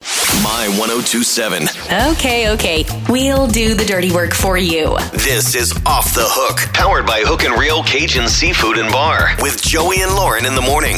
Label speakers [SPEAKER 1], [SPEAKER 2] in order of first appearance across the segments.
[SPEAKER 1] My 1027.
[SPEAKER 2] Okay, okay. We'll do the dirty work for you.
[SPEAKER 1] This is Off the Hook, powered by Hook and Reel Cajun Seafood and Bar with Joey and Lauren in the morning.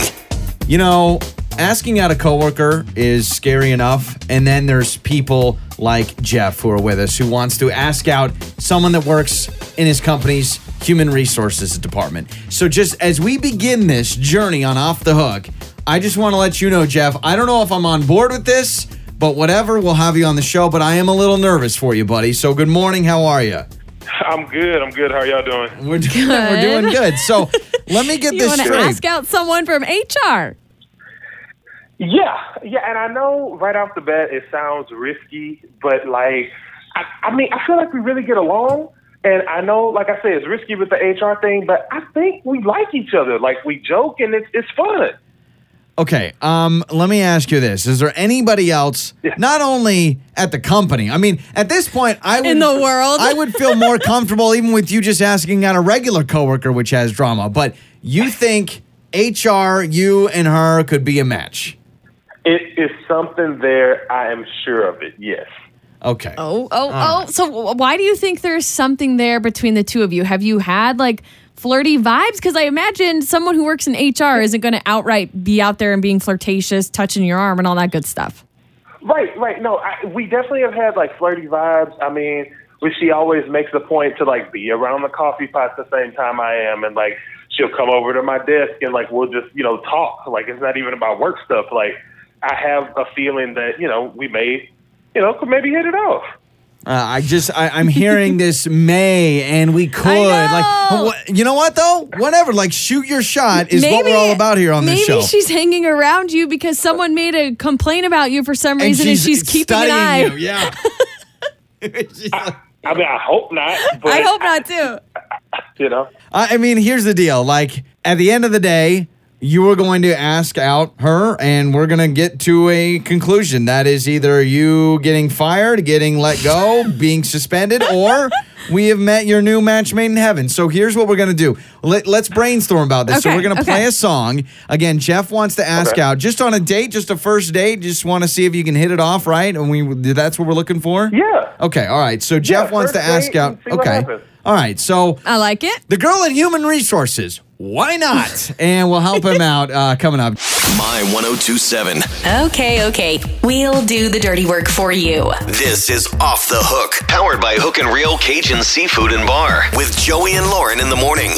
[SPEAKER 3] You know, asking out a coworker is scary enough, and then there's people like Jeff who are with us who wants to ask out someone that works in his company's human resources department. So just as we begin this journey on off the hook, I just want to let you know, Jeff, I don't know if I'm on board with this, but whatever, we'll have you on the show, but I am a little nervous for you, buddy. So good morning, how are you?
[SPEAKER 4] I'm good. I'm good. How are y'all doing?
[SPEAKER 3] We're doing, we're doing good. So let me get
[SPEAKER 5] You
[SPEAKER 3] this
[SPEAKER 5] want to
[SPEAKER 3] straight.
[SPEAKER 5] ask out someone from HR?
[SPEAKER 4] Yeah, yeah. And I know right off the bat it sounds risky, but like, I, I mean, I feel like we really get along. And I know, like I said, it's risky with the HR thing, but I think we like each other. Like we joke and it's it's fun.
[SPEAKER 3] Okay, um, let me ask you this: Is there anybody else,
[SPEAKER 4] Yeah.
[SPEAKER 3] not only at the company? I mean, at this point, I would,
[SPEAKER 5] In the world.
[SPEAKER 3] I would feel more comfortable even with you just asking out a regular coworker, which has drama. But you think HR, you and her could be a match?
[SPEAKER 4] It is something there. I am sure of it. Yes.
[SPEAKER 3] Okay.
[SPEAKER 5] Oh, oh, oh. So w- why do you think there's something there between the two of you? Have you had like flirty vibes? Because I imagine someone who works in HR isn't going to outright be out there and being flirtatious, touching your arm, and all that good stuff.
[SPEAKER 4] Right, right. No, I, we definitely have had like flirty vibes. I mean, which she always makes a point to like be around the coffee pot at the same time I am, and like she'll come over to my desk and like we'll just you know talk. Like it's not even about work stuff. Like I have a feeling that you know we may you know could maybe hit it off.
[SPEAKER 3] Uh, I just I, I'm hearing this May and we could like
[SPEAKER 5] know.
[SPEAKER 3] what, you know what though whatever like shoot your shot is what we're all about here on
[SPEAKER 5] maybe
[SPEAKER 3] this show.
[SPEAKER 5] she's hanging around you because someone made a complaint about you for some
[SPEAKER 3] And
[SPEAKER 5] reason, and she's keeping an
[SPEAKER 3] studying
[SPEAKER 5] eye.
[SPEAKER 3] you. Yeah. She's like-
[SPEAKER 4] I mean, I hope not. But
[SPEAKER 5] I hope not too.
[SPEAKER 4] You know.
[SPEAKER 3] I I mean, here's the deal. Like, at the end of the day, you were going to ask out her, and we're going to get to a conclusion. That is either you getting fired, getting let go, being suspended, or we have met your new match made in heaven. So here's what we're going to do. Let, let's brainstorm about this. so
[SPEAKER 5] Okay,
[SPEAKER 3] we're going to
[SPEAKER 5] okay.
[SPEAKER 3] play a song. Again, Jeff wants to ask
[SPEAKER 4] Okay.
[SPEAKER 3] out just on a date, just a first date. Just want to see if you can hit it off, right? And we that's what we're looking for?
[SPEAKER 4] Yeah.
[SPEAKER 3] Okay, all right. So Jeff wants to
[SPEAKER 4] first
[SPEAKER 3] ask
[SPEAKER 4] date
[SPEAKER 3] out.
[SPEAKER 4] and see what
[SPEAKER 3] Okay.
[SPEAKER 4] happens.
[SPEAKER 3] All right. So
[SPEAKER 5] I like it.
[SPEAKER 3] the girl in human resources. Why not? and we'll help him out uh, coming up.
[SPEAKER 1] My 1027.
[SPEAKER 2] Okay, okay. We'll do the dirty work for you.
[SPEAKER 1] This is Off the Hook, powered by Hook and Reel Cajun Seafood and Bar with Joey and Lauren in the morning.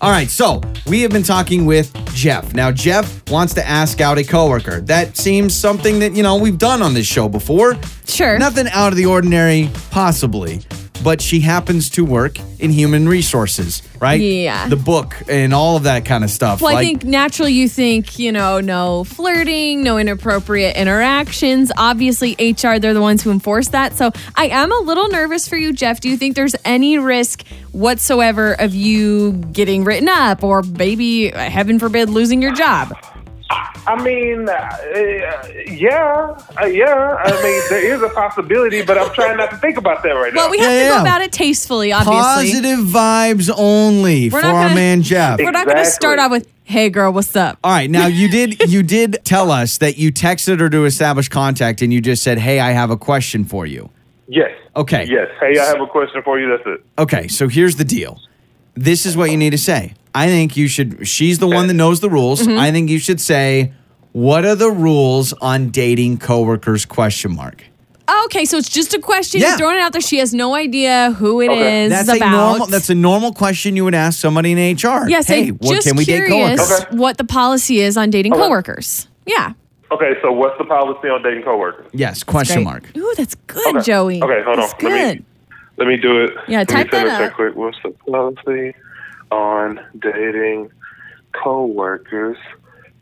[SPEAKER 3] All right, so we have been talking with Jeff. Now, Jeff wants to ask out a coworker. That seems something that, you know, we've done on this show before.
[SPEAKER 5] Sure.
[SPEAKER 3] Nothing out of the ordinary, possibly. But she happens to work in human resources, right?
[SPEAKER 5] Yeah.
[SPEAKER 3] The book and all of that kind of stuff.
[SPEAKER 5] Well, I
[SPEAKER 3] Like-
[SPEAKER 5] think naturally you think, you know, no flirting, no inappropriate interactions. Obviously, HR, they're the ones who enforce that. So I am a little nervous for you, Jeff. Do you think there's any risk whatsoever of you getting written up or maybe, heaven forbid, losing your job?
[SPEAKER 4] I mean, uh, uh, yeah, uh, yeah. I mean, there is a possibility, but I'm trying not to think about that right
[SPEAKER 5] Well,
[SPEAKER 4] now.
[SPEAKER 5] we have
[SPEAKER 3] Yeah,
[SPEAKER 5] to
[SPEAKER 3] yeah.
[SPEAKER 5] go about it tastefully, obviously.
[SPEAKER 3] Positive vibes only
[SPEAKER 5] We're
[SPEAKER 3] for
[SPEAKER 5] not
[SPEAKER 3] our
[SPEAKER 5] gonna-
[SPEAKER 3] man Jeff.
[SPEAKER 5] We're not going to
[SPEAKER 4] Exactly.
[SPEAKER 5] start off with, hey, girl, what's up?
[SPEAKER 3] All right, now you did you did tell us that you texted her to establish contact, and you just said, "Hey, I have a question for you."
[SPEAKER 4] yes.
[SPEAKER 3] Okay.
[SPEAKER 4] Yes. Hey, I have a question for you. That's it.
[SPEAKER 3] Okay, so here's the deal. This is what you need to say. I think you should. She's the one that knows the rules.
[SPEAKER 5] Mm-hmm.
[SPEAKER 3] I think you should say, "What are the rules on dating coworkers?" Question mark.
[SPEAKER 5] Okay, so it's just a question.
[SPEAKER 3] Yeah.
[SPEAKER 5] You're throwing it out there. She has no idea who it is
[SPEAKER 4] Okay.
[SPEAKER 3] That's a
[SPEAKER 5] about.
[SPEAKER 3] normal. That's a normal question you would ask somebody in HR.
[SPEAKER 5] Yes,
[SPEAKER 3] Hey,
[SPEAKER 5] I'm
[SPEAKER 3] what
[SPEAKER 5] just
[SPEAKER 3] can we date
[SPEAKER 5] curious
[SPEAKER 3] coworkers?
[SPEAKER 4] Okay.
[SPEAKER 5] what the policy is on dating
[SPEAKER 4] Okay.
[SPEAKER 5] coworkers. Yeah.
[SPEAKER 4] Okay, so what's the policy on dating coworkers?
[SPEAKER 3] Yes. Question
[SPEAKER 5] Great.
[SPEAKER 3] mark.
[SPEAKER 5] Ooh, that's good,
[SPEAKER 4] Okay.
[SPEAKER 5] Joey.
[SPEAKER 4] Okay, hold
[SPEAKER 5] That's
[SPEAKER 4] on. Let me-
[SPEAKER 5] Good.
[SPEAKER 4] Let me do it.
[SPEAKER 5] Yeah,
[SPEAKER 4] Let me
[SPEAKER 5] type
[SPEAKER 4] send this
[SPEAKER 5] that up.
[SPEAKER 4] real quick. What's the policy on dating coworkers?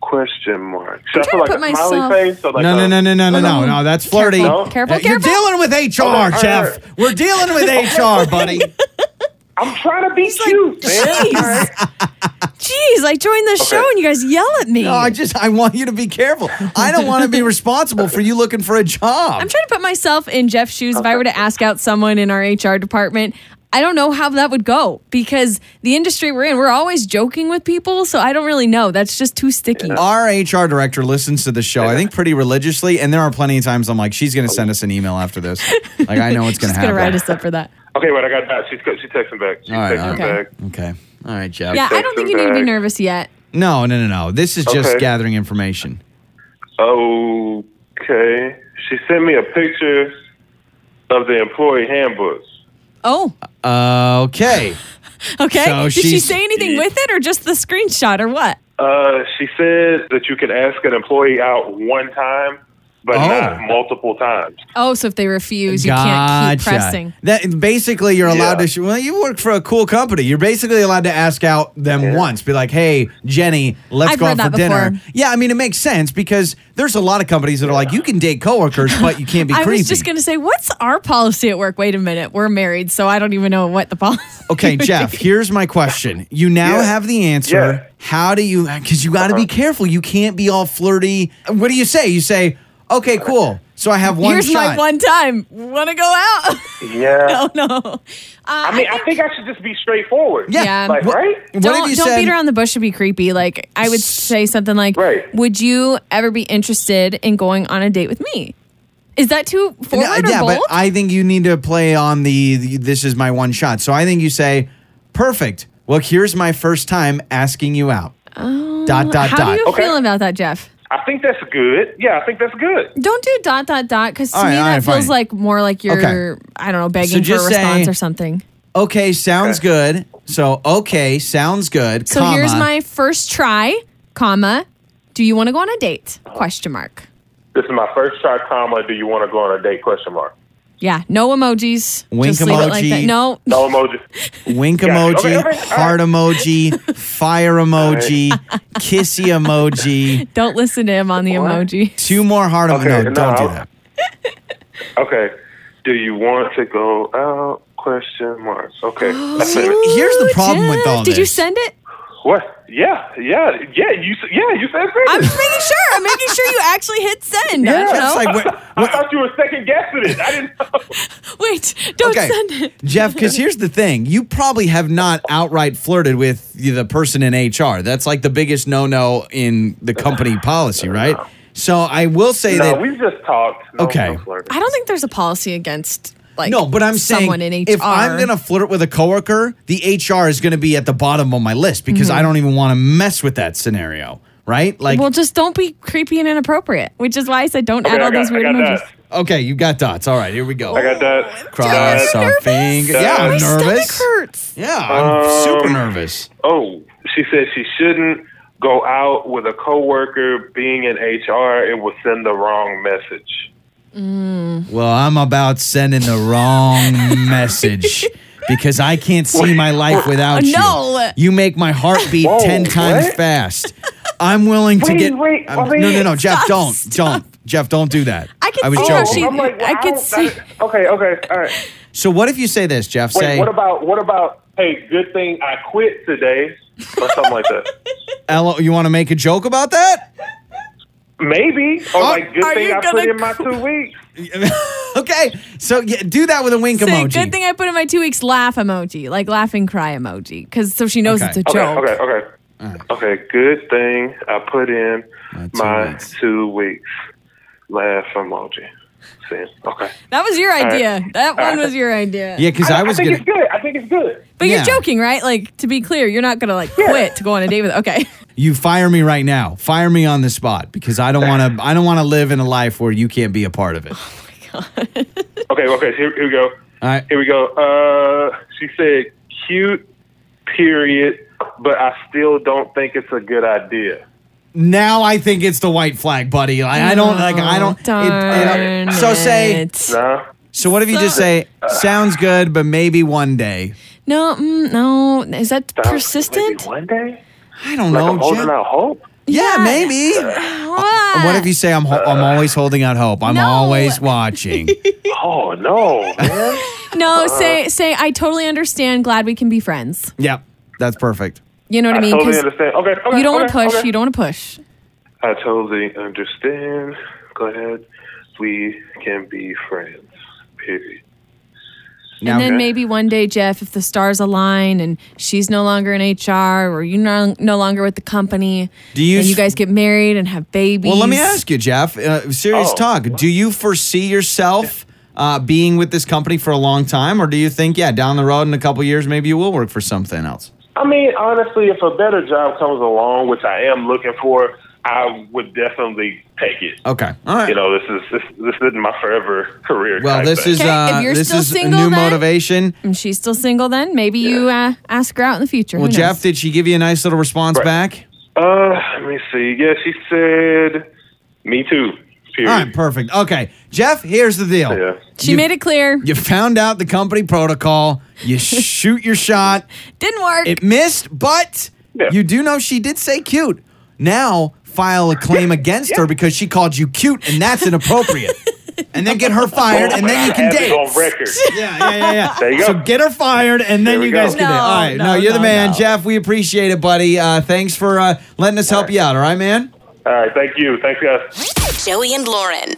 [SPEAKER 4] Question mark. Should I
[SPEAKER 5] trying
[SPEAKER 4] put
[SPEAKER 5] to
[SPEAKER 4] like
[SPEAKER 5] put
[SPEAKER 4] a
[SPEAKER 5] myself-
[SPEAKER 4] smiley face? Or like
[SPEAKER 3] No, no,
[SPEAKER 4] a-
[SPEAKER 3] no, no, no, no, no, no. That's flirty.
[SPEAKER 5] Careful,
[SPEAKER 3] Uh,
[SPEAKER 5] careful,
[SPEAKER 3] You're
[SPEAKER 5] careful.
[SPEAKER 3] dealing with HR,
[SPEAKER 4] all right, all
[SPEAKER 3] Jeff.
[SPEAKER 4] right.
[SPEAKER 3] We're dealing with HR, buddy.
[SPEAKER 4] I'm trying to be cute, man. All right.
[SPEAKER 5] Jeez, I joined the show and you guys yell at me.
[SPEAKER 3] No, I just I want you to be careful. I don't want to be responsible for you looking for a job.
[SPEAKER 5] I'm trying to put myself in Jeff's shoes. If I were to ask out someone in our HR department, I don't know how that would go because the industry we're in, we're always joking with people. So I don't really know. That's just too sticky. Oh,
[SPEAKER 3] Our HR director listens to the show, I think, pretty religiously. And there are plenty of times I'm like, she's going to send us an email after this. Like, I know what's going to
[SPEAKER 5] Just gonna
[SPEAKER 3] happen.
[SPEAKER 5] write us up for that.
[SPEAKER 4] Okay, wait, I got that. She's she's texting back. She's
[SPEAKER 3] All right,
[SPEAKER 4] texting
[SPEAKER 5] okay.
[SPEAKER 4] back.
[SPEAKER 3] okay. All right, Jeff.
[SPEAKER 5] Yeah, I don't think you need to be
[SPEAKER 4] back.
[SPEAKER 5] nervous yet.
[SPEAKER 3] No, no, no, no. This is just
[SPEAKER 4] Okay.
[SPEAKER 3] gathering information.
[SPEAKER 4] Okay. She sent me a picture of the employee handbooks.
[SPEAKER 5] Oh,
[SPEAKER 3] Uh, Okay.
[SPEAKER 5] okay.
[SPEAKER 3] So
[SPEAKER 5] Did she
[SPEAKER 3] she's-
[SPEAKER 5] say anything with it or just the screenshot or what?
[SPEAKER 4] Uh, she said that you can ask an employee out one time, but
[SPEAKER 3] Oh.
[SPEAKER 4] not multiple times.
[SPEAKER 5] Oh, so if they refuse, you can't keep pressing.
[SPEAKER 3] That basically you're allowed to.
[SPEAKER 4] Yeah.
[SPEAKER 3] Sh- well, you work for a cool company. You're basically allowed to ask out them once. Be like, hey, Jenny, let's
[SPEAKER 5] I've
[SPEAKER 3] go
[SPEAKER 5] heard
[SPEAKER 3] out for
[SPEAKER 5] that
[SPEAKER 3] dinner.
[SPEAKER 5] before.
[SPEAKER 3] Yeah, I mean it makes sense because there's a lot of companies that are like, you can date coworkers, but you can't be
[SPEAKER 5] I
[SPEAKER 3] creepy.
[SPEAKER 5] was just going to say, what's our policy at work? Wait a minute. We're married, so I don't even know what the policy
[SPEAKER 3] Okay, Jeff, here's my question. You now
[SPEAKER 4] Yeah.
[SPEAKER 3] have the answer.
[SPEAKER 4] Yeah. Uh-huh.
[SPEAKER 3] How do you, because you got to be careful. You can't be all flirty. What do you say? You say, okay, cool. So I have one
[SPEAKER 5] Here's
[SPEAKER 3] shot.
[SPEAKER 5] my one time. Want to go out?
[SPEAKER 4] Yeah.
[SPEAKER 5] oh, no. Uh,
[SPEAKER 4] I mean, I think I should just be straightforward.
[SPEAKER 3] Yeah.
[SPEAKER 5] Yeah.
[SPEAKER 4] Like,
[SPEAKER 3] What,
[SPEAKER 4] right?
[SPEAKER 3] what
[SPEAKER 5] don't
[SPEAKER 3] have you
[SPEAKER 5] don't
[SPEAKER 3] said?
[SPEAKER 5] beat around the bush to be creepy. Like, I would say something like,
[SPEAKER 4] Right.
[SPEAKER 5] Would you ever be interested in going on a date with me? Is that too forward
[SPEAKER 3] No,
[SPEAKER 5] or
[SPEAKER 3] yeah,
[SPEAKER 5] bold?
[SPEAKER 3] but I think you need to play on the, the this is my one shot. So I think you say, perfect. Look, here's my first time asking you out. dot, dot,
[SPEAKER 5] Oh, How
[SPEAKER 3] uh, dot.
[SPEAKER 5] do you
[SPEAKER 4] Okay.
[SPEAKER 5] feel about that, Jeff?
[SPEAKER 4] I think that's good. Yeah, I think that's good.
[SPEAKER 5] Don't do dot dot dot because to
[SPEAKER 3] All right,
[SPEAKER 5] me
[SPEAKER 3] all
[SPEAKER 5] that
[SPEAKER 3] right,
[SPEAKER 5] feels
[SPEAKER 3] fine.
[SPEAKER 5] like more like you're
[SPEAKER 3] Okay.
[SPEAKER 5] I don't know begging
[SPEAKER 3] So
[SPEAKER 5] for a
[SPEAKER 3] just say-
[SPEAKER 5] response or something.
[SPEAKER 3] okay, sounds good. So, okay, sounds good.
[SPEAKER 5] So
[SPEAKER 3] comma.
[SPEAKER 5] here's my first try, comma. Do you want to go on a date?
[SPEAKER 4] Uh-huh.
[SPEAKER 5] Question mark.
[SPEAKER 4] This is my first try, comma. Do you want to go on a date? Question mark.
[SPEAKER 5] Yeah, no emojis.
[SPEAKER 3] Wink
[SPEAKER 5] Just leave it like
[SPEAKER 3] emoji.
[SPEAKER 5] that. No,
[SPEAKER 4] No emoji.
[SPEAKER 3] wink
[SPEAKER 4] Yeah,
[SPEAKER 3] emoji,
[SPEAKER 4] okay, okay, all right.
[SPEAKER 3] heart emoji, fire emoji, kissy emoji,
[SPEAKER 5] don't listen to him on the emoji.
[SPEAKER 3] two more heart emoji.
[SPEAKER 4] Okay,
[SPEAKER 3] no,
[SPEAKER 4] no,
[SPEAKER 3] don't do
[SPEAKER 4] I'll-
[SPEAKER 3] that.
[SPEAKER 4] Okay. Do you want to go out? Question marks. Okay. That's it.
[SPEAKER 3] Here's the problem with
[SPEAKER 5] Jeff,
[SPEAKER 3] all
[SPEAKER 5] Did you
[SPEAKER 3] this.
[SPEAKER 5] send it?
[SPEAKER 4] What? Yeah, yeah, yeah. You, s- yeah, you said
[SPEAKER 5] I'm
[SPEAKER 4] that.
[SPEAKER 5] just making sure. I'm making sure you actually hit send. I don't know.
[SPEAKER 3] Jeff's like, wait,
[SPEAKER 4] I thought you were second guessing it. I didn't know.
[SPEAKER 5] Wait, don't
[SPEAKER 3] okay,
[SPEAKER 5] send it.
[SPEAKER 3] Jeff, because here's the thing: you probably have not outright flirted with the the person in HR. That's like the biggest no-no in the company policy, right? So I will say
[SPEAKER 4] No,
[SPEAKER 3] that
[SPEAKER 4] we just talked. No,
[SPEAKER 3] Okay.
[SPEAKER 4] no flirting.
[SPEAKER 5] I don't think there's a policy against like
[SPEAKER 3] No, but I'm
[SPEAKER 5] someone
[SPEAKER 3] saying
[SPEAKER 5] in HR.
[SPEAKER 3] if I'm going to flirt with a coworker, the HR is going to be at the bottom of my list because I don't even want to mess with that scenario, right? Like,
[SPEAKER 5] Mm-hmm. well, just don't be creepy and inappropriate, which is why I said don't
[SPEAKER 4] Okay,
[SPEAKER 5] add all
[SPEAKER 4] I got,
[SPEAKER 5] those
[SPEAKER 4] I
[SPEAKER 5] weird
[SPEAKER 4] got
[SPEAKER 5] emojis.
[SPEAKER 4] that.
[SPEAKER 3] okay, you got dots. All right, here we go.
[SPEAKER 4] I got that.
[SPEAKER 3] Cross
[SPEAKER 4] Uh,
[SPEAKER 3] our fingers. Yeah,
[SPEAKER 5] My
[SPEAKER 3] I'm
[SPEAKER 5] stomach
[SPEAKER 3] nervous.
[SPEAKER 5] hurts.
[SPEAKER 3] Yeah, I'm
[SPEAKER 4] Um,
[SPEAKER 3] super nervous.
[SPEAKER 4] oh, she said she shouldn't go out with a coworker being in HR. It will send the wrong message.
[SPEAKER 3] Well, I'm about sending the wrong message because I can't see my life without you.
[SPEAKER 5] No.
[SPEAKER 3] You make my heart beat
[SPEAKER 4] Whoa,
[SPEAKER 3] 10 times
[SPEAKER 4] what?
[SPEAKER 3] fast. I'm willing to
[SPEAKER 4] Wait,
[SPEAKER 3] get
[SPEAKER 4] wait,
[SPEAKER 3] I'm-
[SPEAKER 4] wait.
[SPEAKER 3] No, no, no, Jeff,
[SPEAKER 5] Stop,
[SPEAKER 3] don't. Don't. Jeff, don't do that.
[SPEAKER 5] I can
[SPEAKER 3] I was
[SPEAKER 5] see how
[SPEAKER 3] joking.
[SPEAKER 5] Oh, she-
[SPEAKER 4] I'm like, well,
[SPEAKER 5] I could
[SPEAKER 4] don't-
[SPEAKER 5] see-
[SPEAKER 4] that- Okay, okay, all right.
[SPEAKER 3] So what if you say this, Jeff?
[SPEAKER 4] Wait,
[SPEAKER 3] say
[SPEAKER 4] what about what about? Hey, good thing I quit today, or something like that.
[SPEAKER 3] Ella, you want to make a joke about that?
[SPEAKER 4] Maybe, or like, good
[SPEAKER 5] Are
[SPEAKER 4] thing
[SPEAKER 5] you
[SPEAKER 4] I put
[SPEAKER 5] gonna
[SPEAKER 4] in my two weeks.
[SPEAKER 3] okay. So yeah, do that with a wink
[SPEAKER 5] Say,
[SPEAKER 3] emoji.
[SPEAKER 5] good thing I put in my two weeks laugh emoji, like laughing cry emoji, because so she knows
[SPEAKER 3] Okay.
[SPEAKER 5] it's a
[SPEAKER 4] Okay,
[SPEAKER 5] joke.
[SPEAKER 4] okay, okay. Okay, good thing I put in
[SPEAKER 3] My two
[SPEAKER 4] my
[SPEAKER 3] weeks.
[SPEAKER 4] two weeks laugh emoji. See? Okay.
[SPEAKER 5] That was your idea.
[SPEAKER 4] right.
[SPEAKER 5] That one was your idea.
[SPEAKER 3] yeah, because I, was
[SPEAKER 4] think
[SPEAKER 3] gonna.
[SPEAKER 4] it's good. I think it's good.
[SPEAKER 5] But
[SPEAKER 3] Yeah.
[SPEAKER 5] you're joking, right? Like to be clear, you're not gonna like quit to go on a date with. Okay.
[SPEAKER 3] You fire me right now. Fire me on the spot because I don't want to. I don't want to live in a life where you can't be a part of it.
[SPEAKER 4] Okay, okay, here, here we go.
[SPEAKER 3] All right.
[SPEAKER 4] Here we go. Uh, she said, cute, period, but I still don't think it's a good idea.
[SPEAKER 3] Now I think it's the white flag, buddy. Like, I don't like. I don't. it-
[SPEAKER 5] Darn
[SPEAKER 3] it- so say.
[SPEAKER 5] it.
[SPEAKER 4] Nah.
[SPEAKER 3] So what if you just say? Sounds good, but maybe one day.
[SPEAKER 5] No, mm, no. Is that
[SPEAKER 4] Sounds-
[SPEAKER 5] persistent?
[SPEAKER 4] Maybe one day?
[SPEAKER 3] I don't
[SPEAKER 4] Like
[SPEAKER 3] know.
[SPEAKER 4] I'm holding
[SPEAKER 3] Jeff.
[SPEAKER 4] out hope?
[SPEAKER 3] Yeah,
[SPEAKER 5] Yeah.
[SPEAKER 3] maybe. What if you say I'm ho-
[SPEAKER 4] Uh,
[SPEAKER 3] I'm always holding out hope. I'm
[SPEAKER 5] No.
[SPEAKER 3] always watching.
[SPEAKER 4] Oh, no, man.
[SPEAKER 3] Uh.
[SPEAKER 5] No, say say I totally understand. Glad we can be friends.
[SPEAKER 3] yep, that's perfect.
[SPEAKER 5] You know what
[SPEAKER 4] I
[SPEAKER 5] I mean?
[SPEAKER 4] totally
[SPEAKER 5] 'Cause
[SPEAKER 4] understand. Okay, okay
[SPEAKER 5] you don't want to
[SPEAKER 4] okay,
[SPEAKER 5] push.
[SPEAKER 4] okay.
[SPEAKER 5] You don't want to push.
[SPEAKER 4] I totally understand. Glad we can be friends. Period.
[SPEAKER 3] Now-
[SPEAKER 5] and then
[SPEAKER 3] Okay.
[SPEAKER 5] maybe one day, Jeff, if the stars align and she's no longer in HR or you're no, no longer with the company,
[SPEAKER 3] Do you
[SPEAKER 5] and you
[SPEAKER 3] s-
[SPEAKER 5] guys get married and have babies?
[SPEAKER 3] Well, let me ask you, Jeff. Uh, serious
[SPEAKER 4] Oh.
[SPEAKER 3] talk. Do you foresee yourself uh, being with this company for a long time, or do you think, yeah, down the road in a couple years, maybe you will work for something else?
[SPEAKER 4] I mean, honestly, if a better job comes along, which I am looking for, I would definitely take it.
[SPEAKER 3] Okay. All right.
[SPEAKER 4] You know, this is this, this isn't my forever career.
[SPEAKER 3] well,
[SPEAKER 4] type
[SPEAKER 3] this
[SPEAKER 4] thing.
[SPEAKER 3] is
[SPEAKER 5] Okay, if
[SPEAKER 3] uh,
[SPEAKER 5] you're
[SPEAKER 3] this
[SPEAKER 5] still
[SPEAKER 3] is a
[SPEAKER 5] single
[SPEAKER 3] new
[SPEAKER 5] then- Mm-hmm.
[SPEAKER 3] motivation.
[SPEAKER 5] And she's still single then? Maybe you uh, ask her out in the future.
[SPEAKER 3] Well,
[SPEAKER 5] Who
[SPEAKER 3] Jeff,
[SPEAKER 5] knows?
[SPEAKER 3] did she give you a nice little response
[SPEAKER 4] Right.
[SPEAKER 3] back?
[SPEAKER 4] Uh, let me see. Yeah, she said, "Me too." Period.
[SPEAKER 3] All right, perfect. Okay, Jeff. Here's the deal.
[SPEAKER 4] Yeah.
[SPEAKER 5] She
[SPEAKER 3] you-
[SPEAKER 5] made it clear.
[SPEAKER 3] You found out the company protocol. You shoot your shot.
[SPEAKER 5] Didn't work.
[SPEAKER 3] It missed, but
[SPEAKER 4] Yeah.
[SPEAKER 3] you do know she did say cute. Now file a claim against her because she called you cute, and that's inappropriate. and then get her fired,
[SPEAKER 4] Well,
[SPEAKER 3] and then you
[SPEAKER 4] I
[SPEAKER 3] can
[SPEAKER 4] have it
[SPEAKER 3] date.
[SPEAKER 4] on record.
[SPEAKER 3] Yeah, yeah, yeah, yeah.
[SPEAKER 4] There you go.
[SPEAKER 3] So get her fired, and
[SPEAKER 4] There
[SPEAKER 3] then
[SPEAKER 4] we
[SPEAKER 3] you
[SPEAKER 4] go.
[SPEAKER 3] guys can date.
[SPEAKER 5] No,
[SPEAKER 3] All right, no,
[SPEAKER 5] no,
[SPEAKER 3] you're the
[SPEAKER 5] no,
[SPEAKER 3] man,
[SPEAKER 5] no.
[SPEAKER 3] Jeff. We appreciate it, buddy. Uh, thanks for uh, letting us help you out. All right, man.
[SPEAKER 4] All right, thank you. Thanks, guys.
[SPEAKER 2] Joey and Lauren.